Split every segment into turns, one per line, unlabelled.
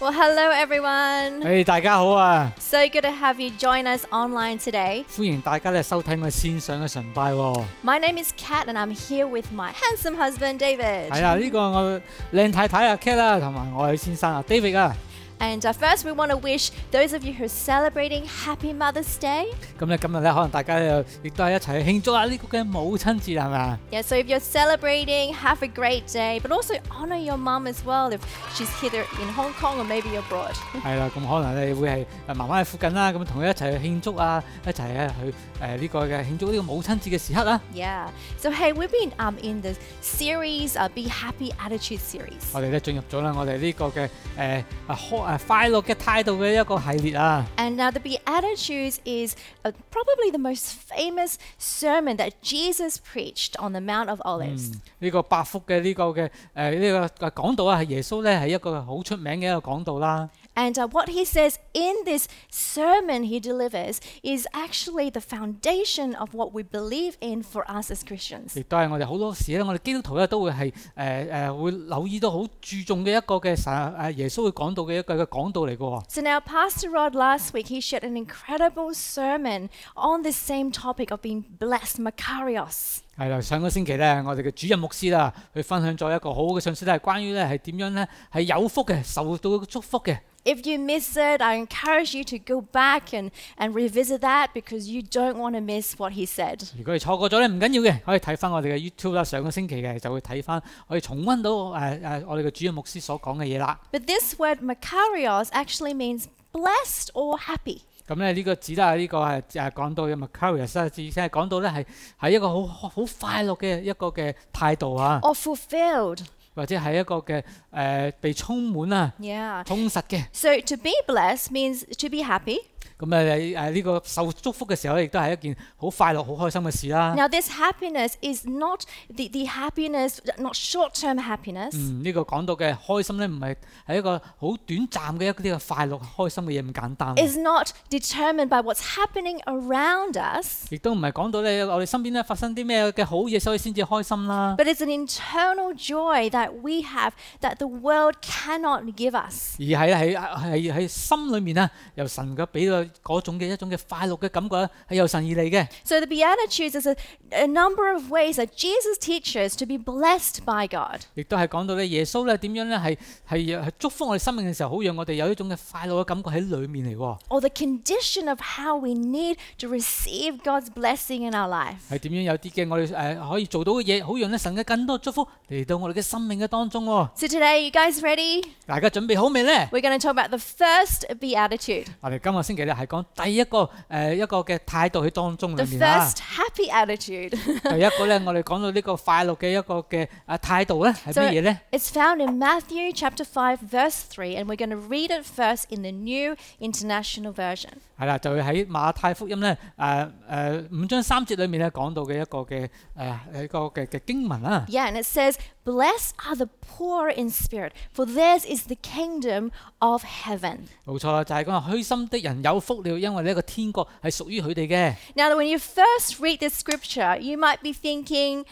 hello everyone.
诶、大家好啊！
So good to have you join us online today.
歡迎大家咧收睇我哋線上嘅崇拜、喎。
My name is Kat and I'm here with my handsome husband David.
係啦， 呢、個我靚太太阿 Cat 啦，同埋我係先生啊 David 啊。
And uh, first, we want to wish those of you who are celebrating Happy Mother's Day.
咁咧今日咧，可能大家又亦都係一齊去慶祝下呢個嘅母親節係咪啊？
Yeah, so if you're celebrating, have a great day, but also honor your mom as well if she's here in Hong Kong or maybe abroad.
係啦，咁可能你會係誒媽媽喺附近啦，咁同佢一齊去慶祝啊，一齊咧去誒呢個嘅慶祝呢個母親節嘅時刻啦。
Yeah. So hey, we've been um, in the series, uh, Be Happy Attitude series.
我哋咧進入咗啦，我哋呢個嘅誒啊開誒快樂嘅態度嘅一個系列啊。
And now the Beatitudes is uh, probably the most famous sermon that Jesus preached on the Mount of
嗯
Olives.
呢個百福嘅呢個嘅誒呢個講道啊，係耶穌咧係一個好出名嘅一個講道啦。
And uh, what he says in this sermon he delivers is actually the foundation of what we believe in for us as Christians.
亦都係我哋好多時咧，我哋基督徒咧都會係誒誒會呃留意到好注重嘅一個嘅神誒耶穌會講到嘅一個嘅講道嚟嘅喎。
So now, Pastor Rod last week he shared an incredible sermon on this same topic of being blessed, Makarios.
係啦，上個星期咧，我哋嘅主任牧師啦，佢分享咗一個好好嘅信息，咧，係關於咧係點樣咧係有福嘅，受到祝福嘅。
If you miss it, I encourage you to go back and, and revisit that because you don't want to miss what he said.
如果你錯過咗咧，唔緊要嘅，可以睇翻我哋嘅 YouTube 啦。上個星期嘅就會睇翻，可以重温到誒誒、呃我哋嘅主任牧師所講嘅嘢啦。
But this word Makarios actually means blessed or happy.
咁咧呢個字啦，呢、個係誒講到嘅 Macarius 啦，字先係講到咧係係一個好好好快樂嘅一個嘅態度啊，
or fulfilled.
或者係一個嘅誒、呃被充滿啊、
Yeah.
充實嘅。
So to be blessed means to be happy.
咁啊誒誒呢個受祝福嘅時候咧，亦都係一件好快樂、好開心嘅事啦。
Now this happiness is not the, the happiness, not short-term happiness.
嗯，呢、個講到嘅開心咧，唔係係一個好短暫嘅一啲嘅快樂、開心嘅嘢咁簡單，
Is not determined by what's happening around us,
亦都唔係講到咧我哋身邊咧發生啲咩嘅好嘢，所以先至開心啦。
but it's an internal joy that we have that the world cannot give us.
而係喺喺喺心裏面啊，由神嘅俾到嗰種嘅一種嘅快樂嘅感覺咧，係由神而嚟嘅。
So the Beatitudes is a, a number of ways that Jesus teaches to be blessed by God.
亦都係講到咧，耶穌咧點樣咧係係係祝福我哋生命嘅時候，好讓我哋有一種嘅快樂嘅感覺喺裏面嚟喎。
or the condition of how we need to receive God's blessing in our life.
係點樣有啲嘅我哋誒、呃可以做到嘅嘢，好讓咧神嘅更多祝福嚟到我哋嘅生命嘅當中喎。
So today, you guys ready?
大家準備好未呢？
We're going to talk about the first beatitude,
我哋今個星期咧係講第一個誒、呃一個嘅態度喺當中裏
the
面啦。
first happy attitude.
第一個咧，我哋講到呢個快樂嘅一個嘅啊態度咧係
So
乜嘢呢？
it's found in Matthew chapter 5 verse 3 and we're going to read it first in the New International Version.
係啦，就會喺馬太福音咧，誒、誒、五章三節裏面咧講到嘅一個嘅啊誒一個嘅嘅經文啊啦。
Yeah, and it says, "Blessed are the poor in spirit, for theirs is the kingdom of heaven."
冇錯啦，就係講話虛心的人有福了，因為呢個天國係屬於佢哋嘅。
Now, when you first read this scripture, you might be thinking,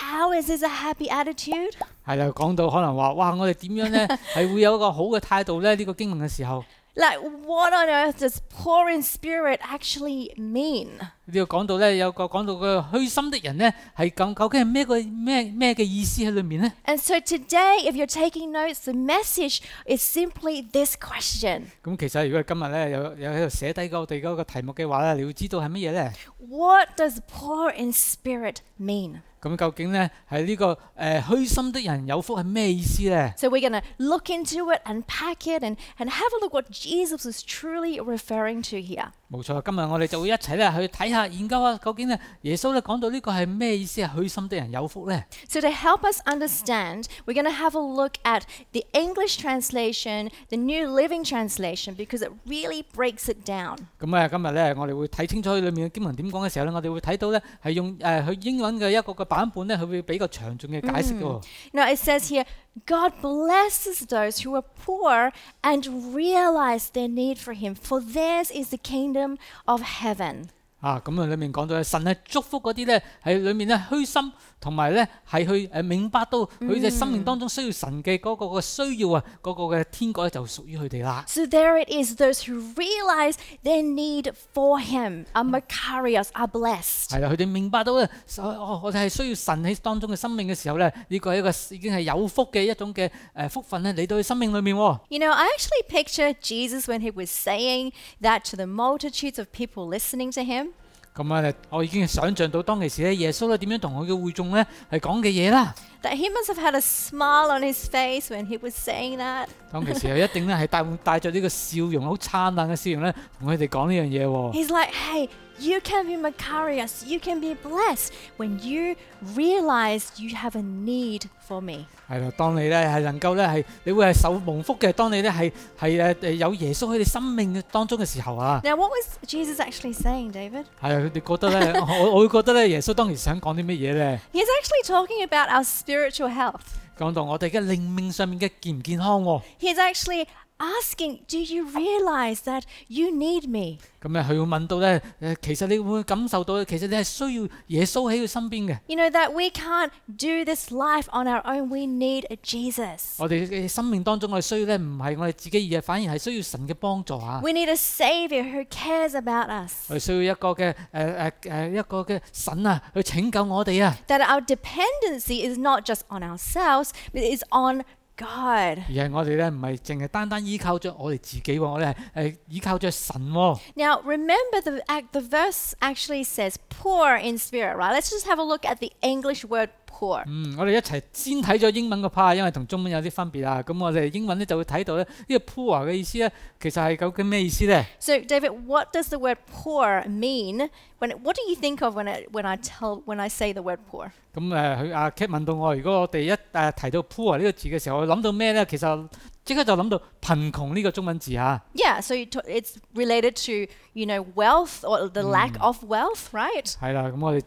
how is this a happy attitude?
係啦，講到可能話哇，我哋點樣咧係會有一個好嘅態度咧？呢、個經文嘅時候，
Like, what on earth does poor in spirit actually mean?
呢度講到咧有個講到嘅虛心的人咧係咁，究竟係咩個咩咩嘅意思喺裏面呢？
And so today, if you're taking notes, the message is simply this question
咁其實如果今日咧有有喺度寫低個我哋嗰個題目嘅話咧，你要知道係乜嘢咧？
What does poor in spirit mean?
咁究竟咧係呢個誒、呃、虛心的人有福係咩意思咧？
So we're going to look into it, unpack it, and, and have a look what Jesus was truly referring to here.
冇錯，今日我哋就會一齊咧去睇下研究下究竟咧耶穌咧講到呢個係咩意思啊？虛心的人有福咧。
So, to help us understand, we're going to have a look at the English translation, the New Living Translation, because it really breaks it down.
咁啊，今日咧我哋會睇清楚佢裏面嘅經文點講嘅時候咧，我哋會睇到咧係用誒佢、英文嘅一個嘅版本咧，佢會比較詳盡嘅解釋嘅喎。
Now, it says here God blesses those who are poor and realize their need for Him, for theirs is the kingdom of heaven.
係啊，咁啊，裏面講到咧，神係祝福嗰啲咧，喺裏面咧虛心，同埋咧係去誒明白到佢哋生命當中需要神嘅嗰個嘅需要啊，嗰、個嘅天國咧就屬於佢哋啦。
So there it is. Those who realize their need for Him are Makarios, are blessed.
係啦，佢哋明白到咧，所哦我哋係需要神喺當中嘅生命嘅時候咧，呢、個係一個已經係有福嘅一種嘅誒福分咧嚟到佢生命裏面喎、
You know, I actually picture Jesus when he was saying that to the multitudes of people listening to him.
咁啊，你我已經想像到當其時咧，耶穌咧點樣同佢嘅會眾咧係講嘅嘢啦。
That he must have had a smile on his face when he was saying that.
當其時佢一定咧係帶帶着呢個笑容，好燦爛嘅笑容咧，同佢哋講呢樣嘢喎。
He's like, hey, you can be Macarius, you can be blessed when you realize you have a need for me.
係啦，當你咧係能夠咧係，你會係受蒙福嘅。當你咧係係誒誒有耶穌喺你生命嘅當中嘅時候啊，
Now, what was Jesus actually saying, David?
係啊，你覺得咧，我我會覺得咧，耶穌當時想講啲乜嘢咧？
He's actually talking about our spiritual health.
講到我哋嘅靈命上面嘅健唔健康喎、
He's actually asking, do you realize that you need me?
咁咧佢會問到咧誒，其實你會唔會感受到，其實你係需要耶穌喺佢身邊嘅。
You know, that we can't do this life on our own. We need a Jesus.
我哋嘅生命當中，我哋需要咧，唔係我哋自己，而係反而係需要神嘅幫助啊！
We need a Savior who cares about us.
我哋需要一個嘅誒誒誒一個嘅神啊，去拯救我哋啊！
That our dependency is not just on ourselves, but is on God.
而係我哋咧，唔係淨係單單依靠着我哋自己喎，我哋係誒依靠着神喎。
Now, remember the act, the verse actually says poor in spirit, right? Let's just have a look at the English word poor.
嗯，我哋一齊先睇咗英文個 part，因為同中文有啲分別啊。咁我哋英文咧就會睇到咧，呢個 poor 嘅意思咧，其實係究竟咩意思咧？
So, David, what does the word poor mean? When it, what do you think of when it, when I tell when I say the word poor?
咁呃啊誒，佢阿 Kate 問到我，如果我哋一誒、呃提到 poor 呢個字嘅時候，我諗到咩咧？其實即刻就諗到貧窮呢個中文字啊。
Yeah, so you t- it's related to you know wealth or the lack of wealth, right?
係啦，咁我哋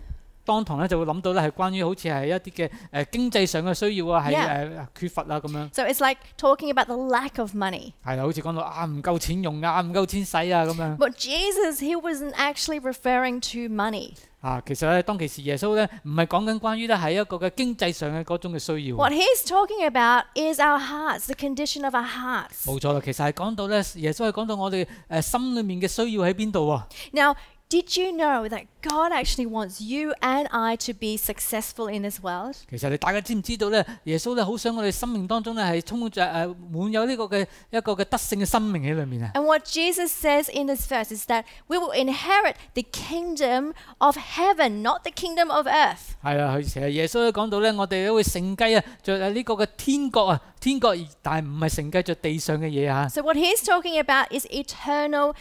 當堂咧就會諗到咧係關於好似係一啲嘅誒經濟上嘅需要啊，係誒
Yeah.
缺乏啊咁樣。
So it's like talking about the lack of money.
係啦，好似講到啊唔夠錢用啊，唔夠錢使啊咁樣
But Jesus, he wasn't actually referring to money.
啊。其實咧，當其時耶穌咧唔係講緊關於咧係一個嘅經濟上嘅嗰種嘅需要。
What he's talking about is our hearts, the condition of our hearts.
冇錯啦，其實係講到咧，耶穌係講到我哋誒、呃心裏面嘅需要喺邊度喎。
Now, did you know that God actually wants you and I to be successful in this world?
其實你大家知唔知道咧？耶穌咧好想我哋生命當中咧係充滿著誒、滿有呢個嘅一個嘅德性嘅生命喺裏面啊。
And what Jesus says in this verse is that we will inherit the kingdom of heaven, not the kingdom of earth.
係啊，佢成日耶穌都講到咧，我哋都會承繼啊，着呢個嘅天國啊，天國而但係唔係承繼着地上嘅嘢啊。
So, what he's talking about is eternal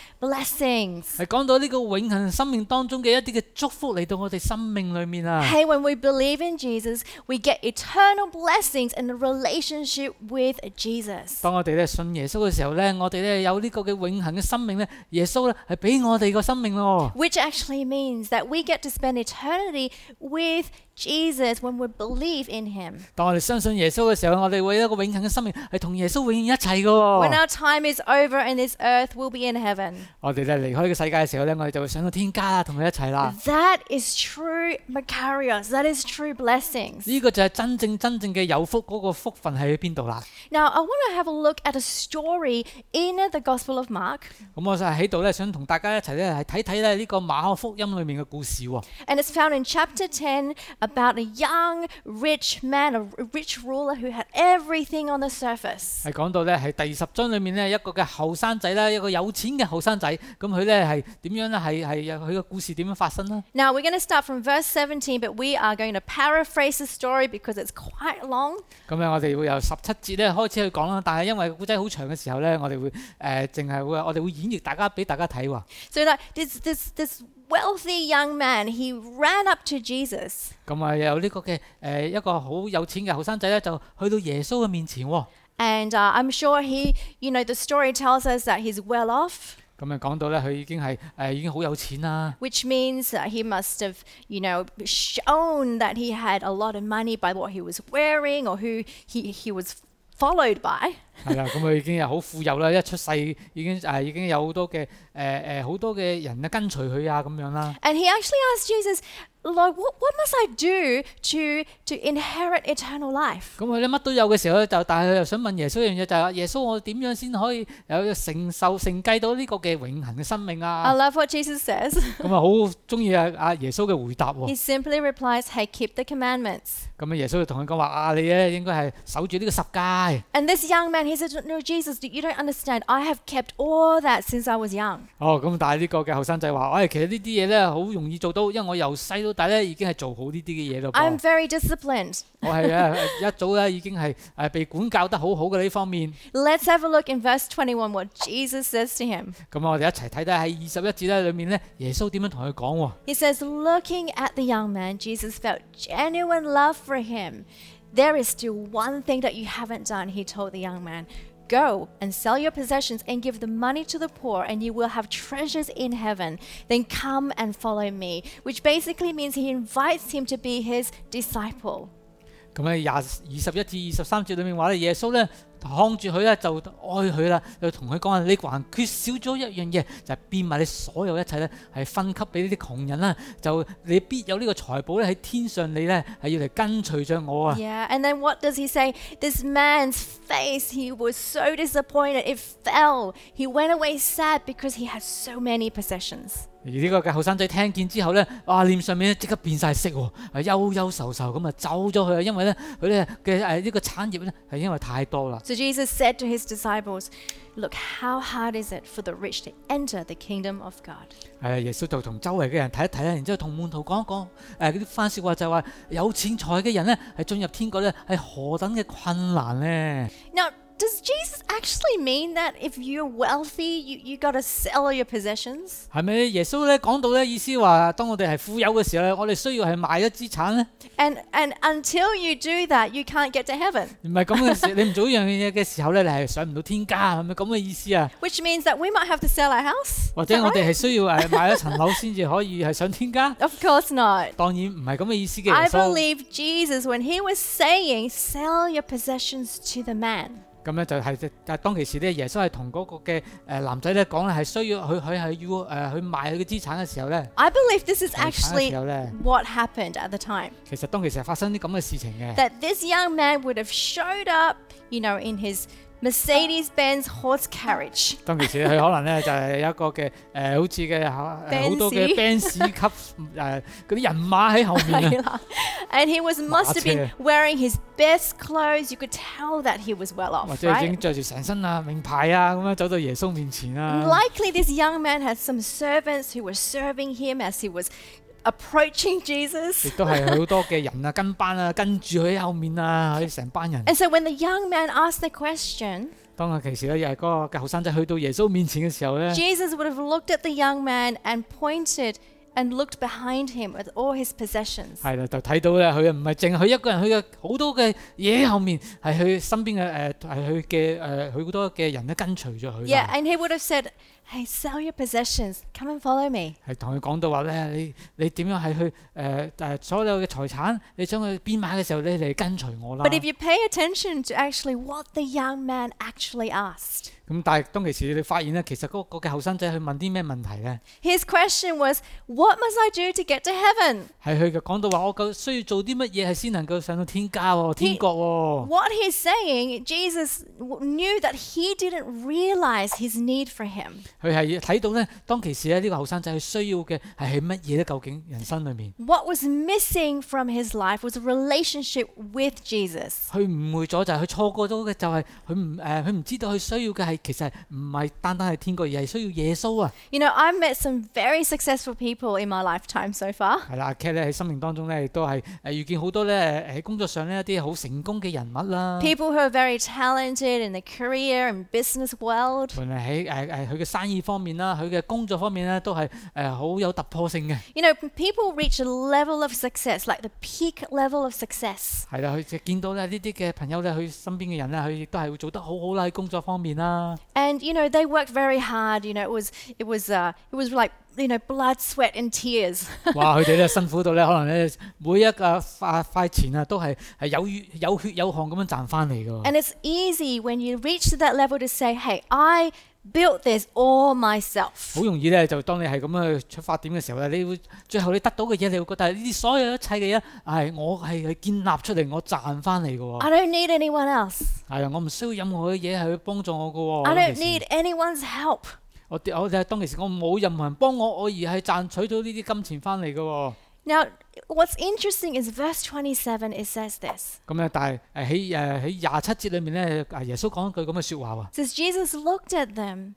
blessings.
係講到呢個永恆生命當中嘅一啲嘅祝福嚟到我哋生命裏面啊。
Hey, when we believe in Jesus, we get eternal blessings and a relationship with Jesus.
當我哋咧信耶穌嘅時候咧，我哋咧有呢個嘅永恆嘅生命咧，耶穌咧係俾我哋個生命咯。
Which actually means that we get to spend eternity with Jesus when we believe in him.
當我哋相信耶穌嘅時候，我哋會有一個永恆嘅生命係同耶穌永遠一齊嘅
When
喎。
our time is over in this earth, we'll be in heaven.
我哋咧離開呢個世界嘅時候咧，我哋就會上到天家啦，同佢一齊啦。
That is true Makarios. That is true blessings.
呢、個就係真正真正嘅有福嗰、個福分喺邊度啦。
Now, I want to have a look at a story in the Gospel of Mark,
咁我就喺度咧，想同大家一齊咧，係睇睇咧呢個馬可福音裏面嘅故事喎、
and it's found in chapter 10 about a young rich man, a r- rich ruler who had everything on the surface.
係講到咧係第十章裏面呢，一個嘅後生仔啦，一個有錢嘅後生仔，咁佢咧係點樣咧？係係有佢嘅故事點樣發生啦？
Now, we're going to start from verse 17, but we are going to paraphrase the story because it's quite long.
咁咧我哋會由十七節咧開始去講啦。但係因為古仔好長嘅時候咧，我哋會誒淨係會我哋會演繹大家俾大家睇喎。
So, that this, this, this wealthy young man, he ran up to Jesus
咁啊有呢個嘅誒、一個好有錢嘅後生仔咧，就去到耶穌嘅面前喎。
And uh, I'm sure he, you know, the story tells us that he's well off,
咁啊講到咧佢已經係誒、已經好有錢啦。
which means that he must have, you know, shown that he had a lot of money by what he was wearing or who he, he was followed by
係啦，咁佢已經係好富有啦，一出世已經誒、已經有好多嘅誒誒好多嘅人啊跟隨佢啊咁樣啦。
and he actually asked jesus lord what, what must i do to to inherit eternal life
咁佢咧乜都有嘅時候咧，就但係佢又想問耶穌一樣嘢，就係、話耶穌我點樣先可以有承受承繼到呢個嘅永恆嘅生命
i
啊？
love what jesus says
咁啊好中意啊阿耶穌嘅回答喎
he。simply replies hey keep the commandments
咁啊耶穌就同佢講話啊，你咧應該係守住呢個十戒。
and this young man he said no jesus you don't understand i have kept all that since i was young
哦，咁但係呢個嘅後生仔話：，哎唉、其實呢啲嘢咧好容易做到，因為我由細到大咧已經係做好呢啲嘅嘢咯噃。
i'm very disciplined
我係啊， 一早咧已經係誒被管教得好好嘅呢方面。
let's have a look in verse 21 what jesus says to him
咁我哋一齊睇睇喺二十一節咧裏面咧，耶穌點樣同佢講
He
喎？
says, looking at the young man, Jesus felt genuine love for him. There is still one thing that you haven't done, he told the young man. Go and sell your possessions and give the money to the poor, and you will have treasures in heaven. Then come and follow me. Which basically means he invites him to be his disciple.
咁咧廿二十一至二十三節裏面話咧，耶穌咧看住佢咧就愛佢啦，就同佢講啊：你還缺少咗一樣嘢，就係、變賣你所有一切咧，係分給俾呢啲窮人啦。就你必有呢個財寶咧喺天上，你咧係要嚟跟隨着我啊！
Yeah, and then what does he say? This man's face, he was so disappointed, it fell. He went away sad because he had so many possessions.
而呢個嘅後生仔聽見之後咧，哇！臉上面咧即刻變晒色喎，啊憂憂愁愁咁啊走咗佢啊，因為咧佢咧嘅誒呢個產業咧係因為太多啦。
So Jesus said to his disciples, Look, how hard is it for the rich to enter the kingdom of God?
係啊，耶穌就同周圍嘅人睇一睇啦，然之後同門徒講一講，誒嗰啲番説話就係話有錢財嘅人咧係進入天國咧係何等嘅困難咧。
Now, does Jesus actually mean that if you're wealthy, you, you gotta sell your possessions?
係咪耶穌咧講到咧意思話，當我哋係富有嘅時候咧，我哋需要係賣咗資產咧？
And, and until you do that, you can't get to heaven.
唔係咁嘅時，你唔做一樣嘢嘅時候咧，你係上唔到天家，係咪咁嘅意思啊？
Which means that we might have to sell our house?
或者我哋係需要誒買一層樓先至可以係上天家？
Of course not.
當然唔係咁嘅意思嘅。
I
耶穌
believe Jesus, when he was saying, sell your possessions to the man,
咁咧就係、但係當其時咧，耶穌係同嗰個嘅誒男仔咧講咧係需要佢佢係要誒、去賣佢嘅資產嘅時候咧，
I believe this is
賣產嘅
actually
時候咧，
what happened at the time.
其實當其時係發生啲咁嘅事情嘅。
that this young man would have showed up, you know, in his Mercedes Benz horse carriage.
當其時咧佢可能咧就係、有一個嘅誒、好似嘅嚇誒好多嘅 Benz 級誒嗰啲人馬喺後 面啊。
and he was must have been
Mate.
wearing his best clothes. You could tell that he was well
或
off,
者已
right?
經着住成身啊名牌啊咁樣走到耶穌面前啊，
Likely, this young man had some servants who were serving him as he was approaching
亦
Jesus.
都係好多嘅人啊跟班 啊跟住佢喺後面啊，佢成班人。
And so, when the young man asked the question,
當啊其時咧，又係嗰個嘅後生仔去到耶穌面前嘅時候咧，
Jesus would have looked at the young man and pointed and looked behind him at all his possessions.
係啦，就睇到咧，佢啊唔係淨係佢一個人，佢嘅好多嘅嘢後面係佢身邊嘅誒係佢嘅誒，佢好多嘅人咧跟隨咗佢
Yeah,
啦，
and he would have said, Hey, sell your possessions, come and follow me.
係同佢講到話咧，你你點樣係去誒誒所有嘅財產，你將佢變賣嘅時候，你嚟跟隨我啦。
But if you pay attention to actually what the young man actually asked,
咁但係當其時你發現咧，其實嗰個嘅後生仔去問啲咩問題咧？
his question was, What must I do to get to heaven?
係佢講到話，我夠需要做啲乜嘢係先能夠上到天家喎、天國喎、
What he's saying, Jesus w- knew that he didn't realize his need for him.
佢係睇到咧，當其時咧，呢個後生仔佢需要嘅係係乜嘢咧？究竟人生裏面，
What was missing from his life was a relationship with Jesus.
佢誤會咗就係佢錯過咗嘅就係佢唔誒，佢唔知道佢需要嘅係其實唔係單單係天國，而係需要耶穌啊！
You know, I've met some very successful people in my lifetime so far.
係啦，阿 Cat 咧喺生命當中咧，亦都係誒遇見好多咧誒喺工作上咧一啲好成功嘅人物啦。
People who are very talented in the career and business world.
無論喺誒誒佢嘅生意方面啦，佢嘅工作方面咧，都係誒好有突破性嘅。
You know, people reach a level of success, like the peak level of success.
係啦，佢就見到咧呢啲嘅朋友咧，佢身邊嘅人咧，佢亦都係會做得好好啦喺工作方面啦。
And you know, they worked very hard. You know, it was it was uh, it was like you know, blood, sweat, and tears.
哇！佢哋咧辛苦到咧，可能咧每一個塊塊錢啊，都係係有血有血有汗咁樣賺翻嚟嘅喎。
And it's easy when you reach to that level to say, hey, I built this all myself.
好容易咧，就當你係咁樣去出發點嘅時候咧，你會最後你得到嘅嘢，你會覺得呢啲所有一切嘅嘢，唉，我係去建立出嚟，我賺翻嚟嘅喎。
I don't need anyone else.
係啊，我唔需要任何嘅嘢係去幫助我
I
嘅喎。尤
don't
其是
need anyone's help.
我我就係當其時我冇任何人幫我，我而係賺取到呢啲金錢翻嚟嘅喎。
Now, what's interesting is verse 27, it says this.
咁咧，但係誒喺誒喺廿七節裏面咧，啊耶穌講一句咁嘅説話喎。
It says, Jesus looked at them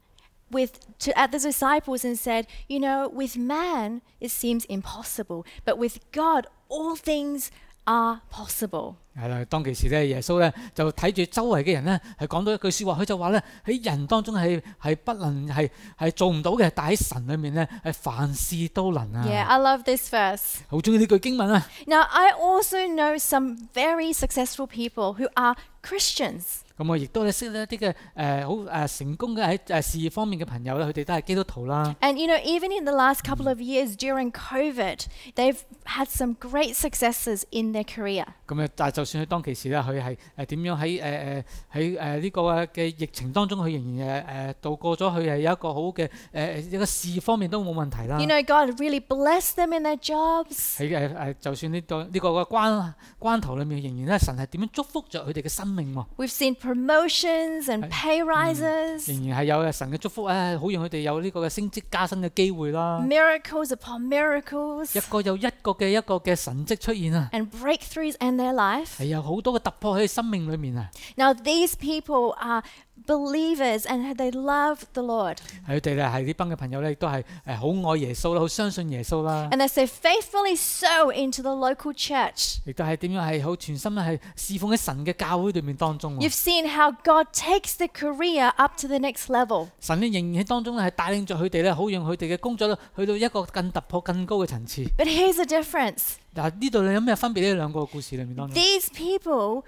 with to, at the disciples and said, you know, with man it seems impossible, but with God all things are possible.
係啦，當其時咧，耶穌咧就睇住周圍嘅人咧，係講到一句説話，佢就話咧喺人當中係係不能係係做唔到嘅，但喺神裏面咧係凡事都能
Yeah,
啊！
I love this verse.
好中意呢句經文啊！
Now, I also know some very successful people who are Christians,
咁我亦都咧識得一啲嘅誒好誒成功嘅喺誒事業方面嘅朋友咧，佢哋都係基督徒啦。
and you know, even in the last couple of years during COVID, they've had some great successes in their career.
咁啊，但係就算佢當其時咧，佢係誒點樣喺誒誒喺誒呢個嘅疫情當中，佢仍然誒誒度過咗，佢係有一個好嘅誒一個事業方面都冇問題啦
You。know, God really blessed them in their jobs.
喺誒誒，就算呢個呢個嘅關關頭裏面，仍然咧神係點樣祝福着佢哋嘅生命喎，
We've seen promotions and pay rises,
仍然係有呃神嘅祝福，誒好讓佢哋有呢個嘅升職加薪嘅機會啦，
miracles upon
一
miracles,
個又一個嘅一個嘅神蹟出現啊，
and breakthroughs in their life.
係有好多嘅突破喺佢生命裏面啊，
Now, these people are believers and they love the Lord.
係佢哋咧係呢班嘅朋友咧，亦都係誒好愛耶穌啦，好相信耶穌啦，
And they say, faithfully sow into the local church.
亦都係點樣係好全心咧係侍奉喺神嘅教會裏面當中喎
You've seen how God takes the career up to the next level.
神咧仍然喺當中咧係帶領着佢哋咧，好讓佢哋嘅工作咧去到一個更突破、更高嘅層次。
But here's the difference
嗱，呢度你有咩分別呢？兩個故事裏面當中，
these people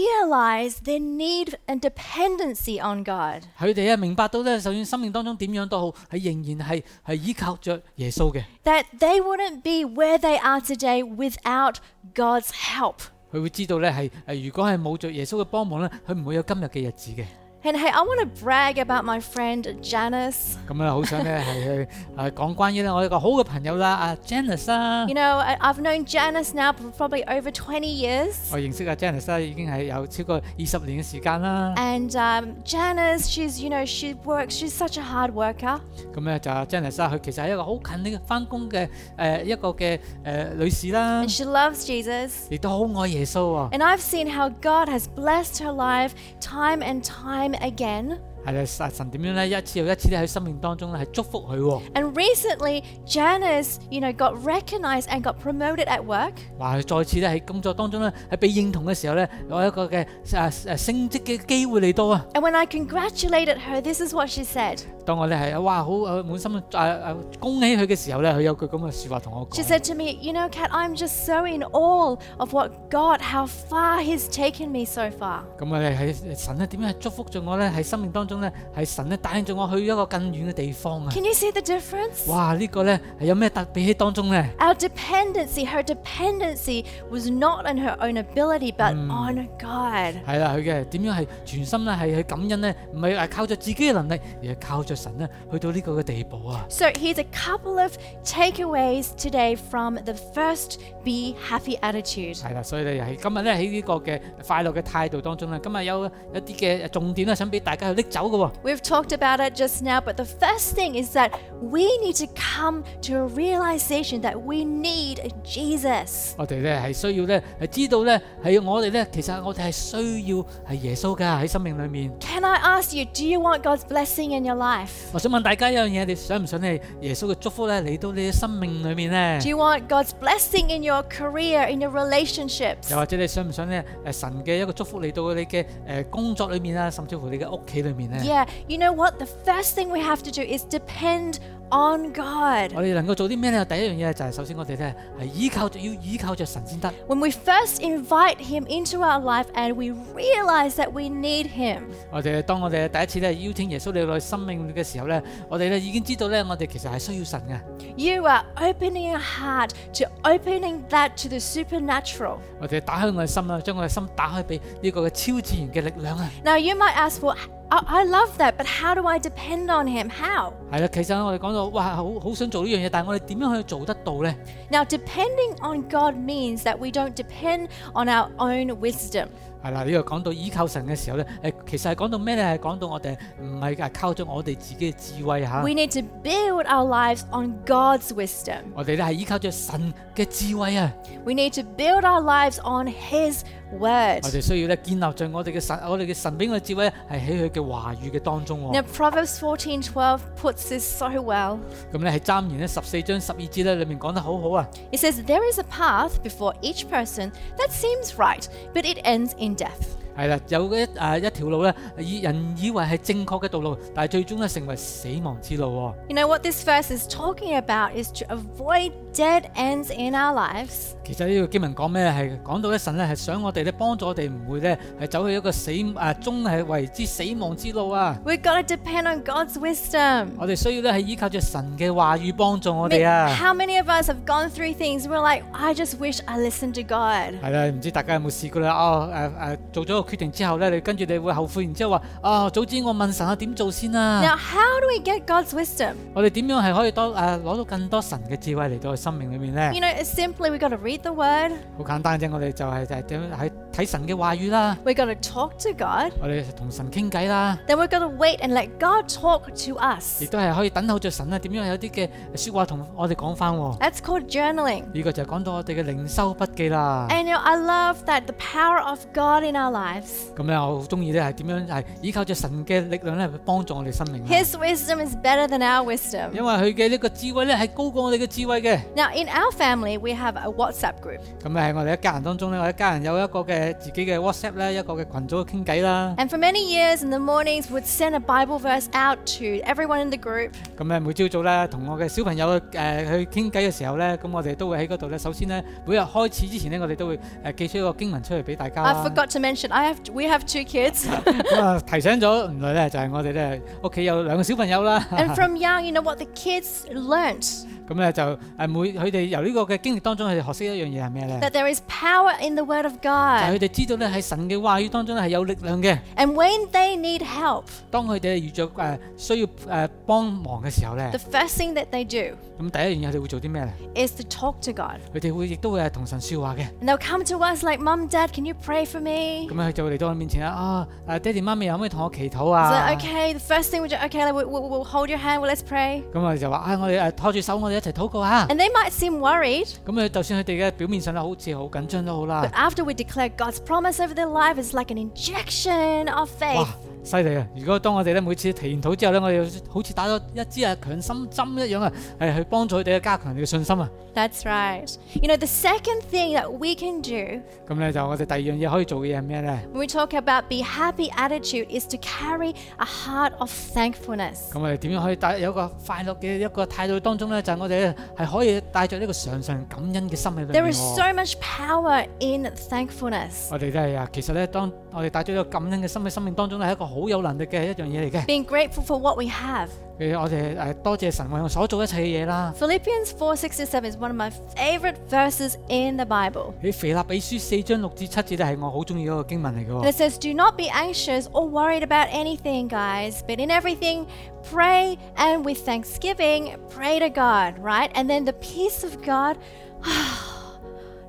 realize their need and dependency on God.
佢哋啊明白到咧，就算生命當中點樣都好，係仍然係係依靠着耶穌嘅，
That they wouldn't be where they are today without God's help.
佢會知道咧係誒，如果係冇着耶穌嘅幫忙咧，佢唔會有今日嘅日子嘅。
And hey, I want to brag about my friend Janice.
咁啊，好想咧係 去誒講關於咧我一個好嘅朋友啦，阿 Janice 啦
You，know, I- I've known Janice now for probably over 20 years.
我認識阿 Janice 啦已經係有超過二十年嘅時間啦。
And um, Janice, she's, you know, she works, she's such a hard worker.
咁咧就阿 Janice 啦，佢其實係一個好勤力嘅翻工嘅誒一個嘅誒女士啦
and，she loves Jesus.
亦都好愛耶穌喎。
And I've seen how God has blessed her life time and time again.
係啦，神神點樣咧？一次又一次咧喺生命當中咧係祝福佢喎，
And recently, Janice, you know, got recognized and got promoted at work.
話佢再次咧喺工作當中咧係被認同嘅時候咧，有一個嘅啊啊升職嘅機會嚟到啊！
And when I congratulated her, this is what she said.
當我咧係啊哇好啊滿心啊啊恭喜佢嘅時候咧，佢有句咁嘅説話同我
She
講，
said to me, You know, Kat, I'm just so in awe of what God, how far He's taken me so far.
咁啊喺神咧點樣係祝福咗我咧喺生命當中咧係神咧帶領咗我去一個更遠嘅地方啊！
Can you see the difference?
哇！呢個咧係有咩特別喺當中咧？
Our dependency, her dependency was not on her own ability, but on God.
係啦，佢嘅點樣係全心咧係去感恩咧，唔係係靠着自己嘅能力，而係靠着神咧去到呢個嘅地步啊！
So here's a couple of takeaways today from the first Be Happy attitude.
係啦，所以咧係今日咧喺呢個嘅快樂嘅態度當中咧，今日有一啲嘅重點咧，想俾大家去拎走嘅喎。
We've talked about it just now, but the first thing is that we need to come to a realization that we need Jesus.
我哋咧係需要咧係知道咧係我哋咧，其實我哋係需要係耶穌噶喺生命裏面。
Can I ask you, do you want God's blessing in your life?
我想問大家一樣嘢，你想唔想你耶穌嘅祝福咧嚟到你嘅生命裏
Do
面咧？
you want God's blessing in your career, in your relationships?
又或者你想唔想咧誒神嘅一個祝福嚟到你嘅誒工作裏面啊，甚至乎你嘅屋企裏面前呢，
Yeah, you know what? The first thing we have to do is depend on God.
我哋能夠做啲咩呢？第一樣嘢就係首先我哋呢係依靠住，要依靠着神先得。
When we first invite Him into our life and we realize that we need Him,
我哋當我哋第一次咧邀請耶穌你來生命嘅時候呢，我哋咧已經知道呢，我哋其實係需要神嘅。
you are opening your heart to opening that to the supernatural.
我哋打開我嘅心啦，將我嘅心打開俾呢個嘅超自然嘅力量啊！
Now, you might ask, well, I, I love that, but how do I depend on Him? How?
係啦，其實我哋講到哇，好好想做呢樣嘢，但係我哋點樣去做得到呢？
Now, depending on God means that we don't depend on our own wisdom.
係啦，呢度講到依靠神嘅時候呢，誒其實係講到咩呢？係講到我哋唔係係靠咗我哋自己嘅智慧嚇，
We need to build our lives on God's wisdom.
我哋咧係依靠咗神嘅智慧啊！
We need to build our lives on His word.
我哋需要咧建立在我哋嘅神，我哋嘅神俾我嘅智慧呢係喺佢嘅話語嘅當中喎
Now,。Proverbs 14:12 puts this so well.
咁咧喺箴言咧十四章十二節咧裏面講得好好啊！
It says, There is a path before each person that seems right, but it ends in death.
係啦，有一啊一條路咧，以人以為係正確嘅道路，但係最終咧成為死亡之路喎、
You know what this verse is talking about is to avoid dead ends in our lives.
其實呢個經文講咩呢？係講到咧神咧係想我哋咧幫助我哋，唔會咧係走去一個死啊終係為之死亡之路啊！
We've got to depend on God's wisdom.
我哋需要咧係依靠住神嘅話語幫助我
I mean,
哋啊！
how many of us have gone through things we're like, I just wish I listened to God?
係啦，唔知大家有冇試過咧？哦誒誒、做咗個決定之後咧，你跟住你會後悔，然之後話啊，早知我問神啊點做先啊！
Now, how do we get God's wisdom?
我哋點樣係可以多誒攞、到更多神嘅智慧嚟到我生命裏面呢？
You know, it's simply we've got to read the word,
好簡單啫，我哋就係就係點樣喺睇神嘅話語啦，
we've got to talk to God,
我哋同神傾偈啦，
then we've got to wait and let God talk to
亦
us.
都係可以等候着神啊，點樣有啲嘅説話同我哋講翻喎。
That's called journaling.
呢個就係講到我哋嘅靈修筆記啦。
And you know, I love that the power of God in our lives.
咁咧，我好中意咧係點樣係依靠着神嘅力量咧，去幫助我哋生命啊。
His wisdom is better than our wisdom.
因為佢嘅呢個智慧咧係高過我哋嘅智慧嘅。
Now, in our family, we have a WhatsApp group,
咁咧喺我哋一家人當中咧，我一家人有一個嘅自己嘅 WhatsApp 咧，一個嘅群組傾偈啦。
and for many years in the mornings, we'd send a Bible verse out to everyone in the group.
咁咧每朝早咧同我嘅小朋友誒、去傾偈嘅時候咧，咁我哋都會喺嗰度咧，首先咧每日開始之前咧，我哋都會誒、寄出一個經文出嚟俾大家
I
啦。
forgot to mention, I have we have two kids,
咁啊提醒咗，原來咧就係、我哋咧屋企有兩個小朋友啦。
and from young, you know what the kids learnt
咁咧就誒每佢哋由呢個嘅經歷當中，佢哋學識一樣嘢係咩咧？
that there is power in the Word of
就係
God,
佢哋知道咧喺神嘅話語當中咧係有力量嘅。
and when they need help,
當佢哋遇着誒、需要誒、幫忙嘅時候咧
the，first thing that they do
咁第一樣嘢佢哋會做啲咩咧？
is to talk to God,
佢哋會亦都會係同神説話嘅。
and they'll come to us like, "Mum, Dad, can you pray for me?"
咁咧佢就會嚟到我面前啦。啊誒爹哋媽咪可唔可以同我祈禱
So,
啊？
okay, the first thing we do, okay, like, we, we, we'll hold your hand, well, let's pray.
咁我哋就話啊，我哋誒拖住手，我哋一齊禱告啊！
And they might seem worried,
咁佢就算佢哋嘅表面上咧好似好緊張都好
but
啦，
after we declare God's promise over their life, it's like an injection of
哇
faith.！
犀利啊！如果當我哋咧每次祈完禱之後咧，我哋好似打咗一支啊強心針一樣啊，係去幫助佢哋加強佢哋嘅信心啊！
That's right. You know, the second thing that we can do
咁咧就我哋第二樣嘢可以做嘅嘢係咩咧？
when we talk about be happy attitude is to carry a heart of thankfulness.
咁我哋點樣可以帶有一個快樂嘅一個態度當中咧？就係、我哋咧係可以帶着呢個常常感恩嘅心喺裏
There
面
is
喎。
so much power in thankfulness.
我哋都係啊，其實咧，當我哋帶咗呢個感恩嘅心喺生命當中咧，係一個好有能力嘅一樣嘢嚟嘅。
Being grateful for what we have.
譬如我哋誒多謝神為我所做一切嘅嘢啦。
Philippians 4 6 to 7 is one of my favorite verses in the Bible.
喺腓立比書四章六至七節咧，係我好中意嗰個經文嚟嘅
And
喎。
it says, Do not be anxious or worried about anything, guys, but in everything, pray and with thanksgiving, pray to God, right? And then the peace of God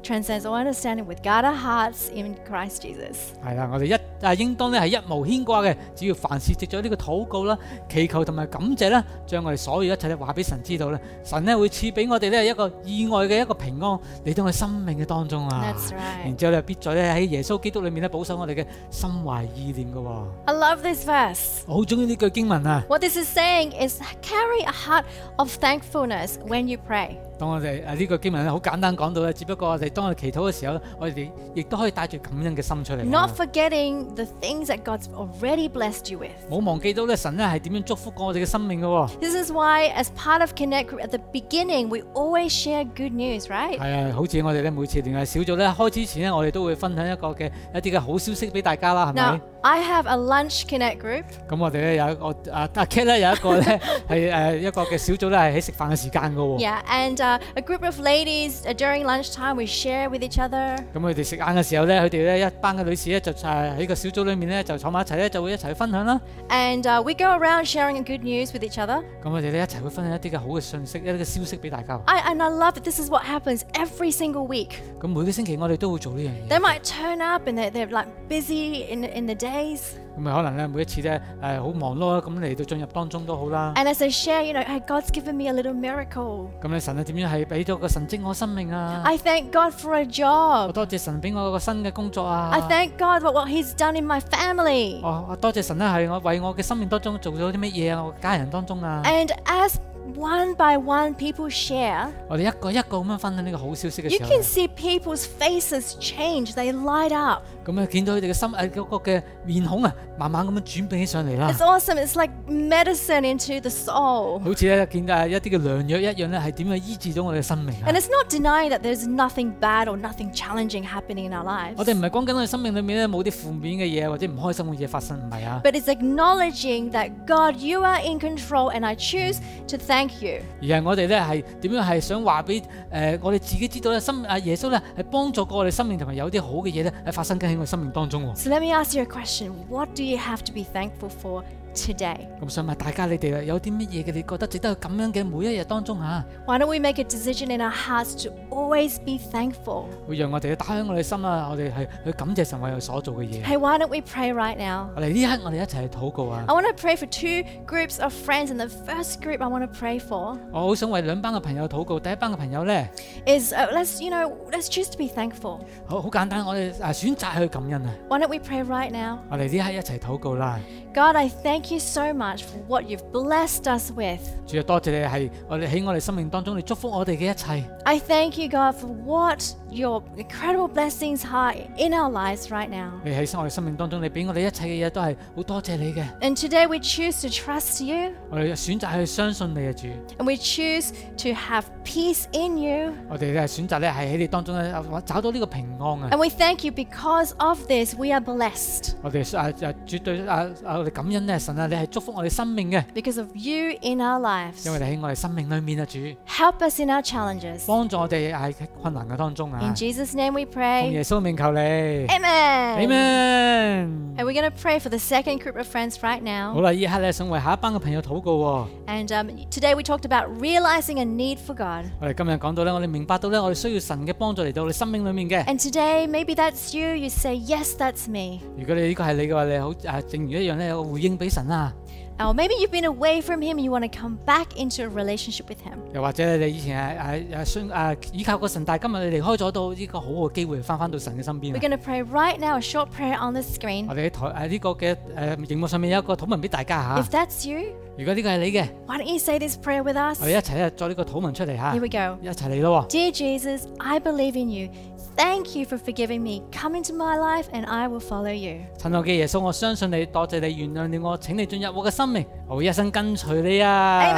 transcends all understanding with God our hearts in Christ Jesus.
係啦，我哋一啊應當咧係一無牽掛嘅，只要凡事藉咗呢個禱告啦、祈求同埋感謝啦，將我哋所有一切咧話俾神知道咧，神咧會賜俾我哋咧一個意外嘅一個平安嚟到我哋生命嘅當中啊。
That's right.
然之後咧必在咧喺耶穌基督裏面咧保守我哋嘅心懷意念嘅喎。我
I love this verse.
好中意呢句經文啊！
What this is saying is carry a heart of thankfulness when you pray.
當我哋誒呢個經文咧好簡單講到咧，只不過我哋當我哋祈禱嘅時候，我哋亦都可以帶住感恩嘅心出嚟啊。
Not forgetting the things that God's already blessed you with.
冇忘記到咧，神咧係點樣祝福過我哋嘅生命嘅喎。
This is why, as part of Connect Group at the beginning, we always share good news, right?
係啊，好似我哋咧每次聯繫小組咧開始前咧，我哋都會分享一個嘅一啲嘅好消息俾大家啦，係
Now,
咪？
I have a lunch Connect group,
咁我哋咧有一個啊阿 Cat 咧有一 個咧係誒一個嘅小組咧係喺食飯嘅時間嘅喎。
yeah, and uh, a group of ladies uh, during lunchtime we share with each other.
咁佢哋食晏嘅時候咧，佢哋咧一班嘅女士咧就誒喺個小組裏面咧就坐埋一齊咧，就會一齊去分享啦。
And uh, we go around sharing good news with each other.
咁我哋咧一齊會分享一啲嘅好嘅信息，一啲嘅消息俾大家。
I, and I love that this is what happens every single week.
咁每個星期我哋都會做呢樣嘢。
They might turn up and they're, they're like busy in, in the days.
咁啊，可能咧每一次咧誒好忙碌啦，咁嚟到進入當中都好啦。
And as they share, you know, hey, God's given me a little miracle.
咁咧神啊點樣係俾咗個神蹟我生命啊！
I thank God for a
我
job.
多謝神俾我個新嘅工作啊
I！thank 哎 God for what He's done in my family.
我我多謝神咧係我為我嘅生命當中做咗啲乜嘢啊！我家人當中啊，
And as one by one people share,
我哋一個一個咁樣分享呢個好消息嘅
you
時候呢
can，see people's faces change. They light up.
咁啊見到佢哋嘅心誒嗰個嘅面孔啊，慢慢咁樣轉變起上嚟啦
It's，awesome. It's like medicine into the soul.
好似咧見到啊一啲嘅良藥一樣咧，係點樣醫治咗我哋嘅生命啊
And！it's not denying that there's nothing bad or nothing challenging happening in our
我哋唔
lives.
係講緊我哋生命裏面咧冇啲負面嘅嘢或者唔開心嘅嘢發生，唔係啊，
But it's acknowledging that God, you are in control, and I choose to thank you.
而係我哋咧係點樣係想話俾誒我哋自己知道咧，生啊耶穌咧係幫助過我哋生命，同埋有啲好嘅嘢咧係發生緊喺我哋生命當中喎。
So let me ask you a question What do you have to be thankful for today?
咁想問大家你哋有啲乜嘢嘅？你覺得值得去咁樣嘅每一日當中嚇、啊
Why don't we make a decision in our hearts to always be thankful?
會讓我哋打響我哋心啊！我哋係去感謝神為我哋所做嘅嘢。
Hey, why don't we pray right now?
我哋呢一刻我哋一齊去禱告啊
I！want to pray for two groups of friends, and the first group I want to pray for
我好想為兩班嘅朋友禱告。第一班嘅朋友呢，
is uh, let's you know let's choose to be thankful.
好好簡單，我哋啊選擇去感恩啊！
Why don't we pray right now?
我哋呢一刻一齊禱告啦！
God, I thank you so much for what you've blessed us with.
主啊，多謝你係我哋喺我哋生命當中，你祝福我哋嘅一切。
I thank you, God, for what your incredible blessings are in our lives right now.
你喺我哋生命當中，你俾我哋一切嘅嘢都係好多謝你嘅。
And today we choose to trust you
我哋選擇去相信你啊，主。
and we choose to have peace in you.
我哋咧選擇咧係喺你當中咧找到呢個平安啊！
And we thank you because of this, we are blessed.
我哋啊啊絕對啊啊！我哋感恩咧，神啊，你係祝福我哋生命嘅，
Because of you in our lives.
因為你喺我哋生命裏面啊，主
Help us in our challenges.
幫助我哋喺困難嘅當中啊
In！Jesus' name we
奉
pray.
耶穌名求你
Amen.
，Amen。
And we're going to pray for the second group of friends right
好
now.
啦，依刻咧想為下一班嘅朋友禱告喎。
And um, today we talked about realizing a need for God.
我哋今日講到咧，我哋明白到咧，我哋需要神嘅幫助嚟到你生命裏面嘅。
And today, maybe that's you. You say, Yes, that's me.
如果你呢個係你嘅話，你好啊，正如一樣咧，有個回應俾神啊。
Or Oh, maybe you've been away from Him and you want to come back into a relationship with Him.
又或者你以前係係係信啊依靠個神，但係今日你離開咗到呢個好嘅機會，翻翻到神嘅身邊
We're
啊。
going to pray right now, a short prayer on the screen.
我哋喺台啊誒呢個嘅誒熒幕上面有一個禱文俾大家嚇
If。that's you,
如果呢個係你嘅，
why don't you say this prayer with us?
我哋一齊咧啊作呢個禱文出嚟嚇
Here，we go.
一齊嚟咯喎。
Dear Jesus, I believe in you. Thank you for forgiving me. Come into my life and I will follow you.
親愛嘅耶穌，我相信你，多謝你原諒了我，請你進入我嘅生命，我會一生跟隨你啊。
Amen.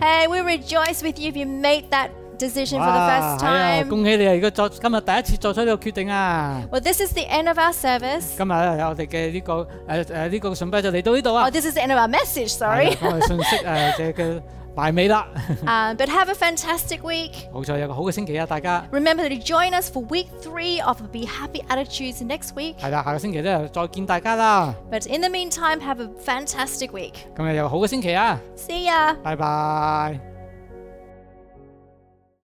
Ah.
Hey,
Amen。
we rejoice with you if you made that decision for the
哇
first
係啊
time.
恭喜你啊！如果作今日第一次作出呢個決定啊！
Well, this is the end of our service.
今日咧我哋嘅呢個誒誒呢個信息就嚟到呢度啊
Oh,！this is the end of our message,
係
sorry.
啊 我哋信息誒嘅嘅埋尾啦，
um, but have a fantastic week.
好彩有個好嘅星期啊！大家
Remember to join us for week three of Be Happy Attitudes next week.
係啦，下個星期咧再見大家啦！
But in the meantime, have a fantastic week.
今日有個好嘅星期啊！
See ya!
啊拜拜。